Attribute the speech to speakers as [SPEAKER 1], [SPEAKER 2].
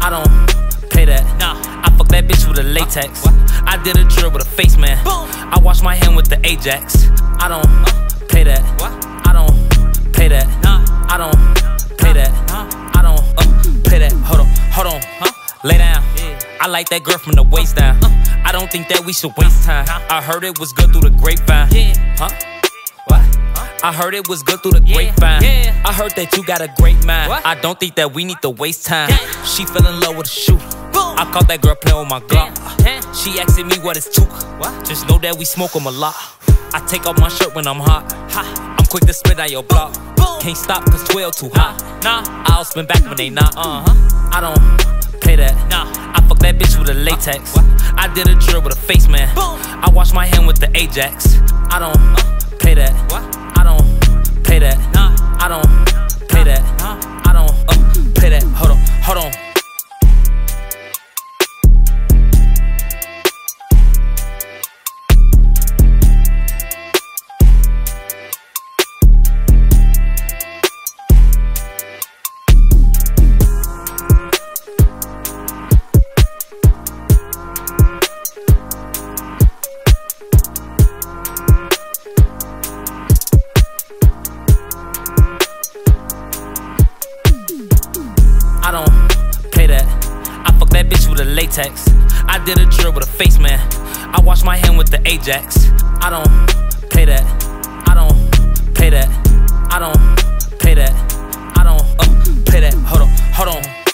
[SPEAKER 1] I don't pay that. Nah. I fuck that bitch with a latex. I did a drill with a face man. Boom. I wash my hand with the Ajax. I don't pay that. I don't pay that. Nah. I don't pay that. I don't uh, pay that. Hold on, hold on. Lay down. I like that girl from the waist down.
[SPEAKER 2] Uh.
[SPEAKER 1] I don't think that we should waste time. I heard it was good through the grapevine. Huh? What? I heard it was good through the grapevine.
[SPEAKER 2] yeah.
[SPEAKER 1] I heard that you got a great mind.
[SPEAKER 2] What?
[SPEAKER 1] I don't think that we need to waste time.
[SPEAKER 2] Yeah.
[SPEAKER 1] She fell in love with a shooter.
[SPEAKER 2] Boom.
[SPEAKER 1] I caught that girl playing with my Glock.
[SPEAKER 2] Yeah.
[SPEAKER 1] She asking me what is took.
[SPEAKER 2] What?
[SPEAKER 1] Just know that we smoke 'em a lot. I take off my shirt when I'm hot. Ha. I'm quick to spit on your block.
[SPEAKER 2] Boom.
[SPEAKER 1] Can't stop cause 12 too hot.
[SPEAKER 2] Nah.
[SPEAKER 1] I'll spin back when they not. Uh huh. I don't play that.
[SPEAKER 2] Nah. Uh,
[SPEAKER 1] I fuck that bitch with a latex.
[SPEAKER 2] What?
[SPEAKER 1] I did a drill with a face man.
[SPEAKER 2] Boom. Uh,
[SPEAKER 1] I wash my hand with the Ajax. I don't play that.
[SPEAKER 2] What?
[SPEAKER 1] I don't play that.
[SPEAKER 2] Nah.
[SPEAKER 1] I don't play that.
[SPEAKER 2] Nah.
[SPEAKER 1] I don't uh, play that. Hold on, hold on. I don't play that. I fuck that bitch with a latex. I did a drill with a face man. I wash my hand with the Ajax. I don't play that. I don't play that. I don't play that. I don't uh, play that. Hold on, uh, hold on. uh,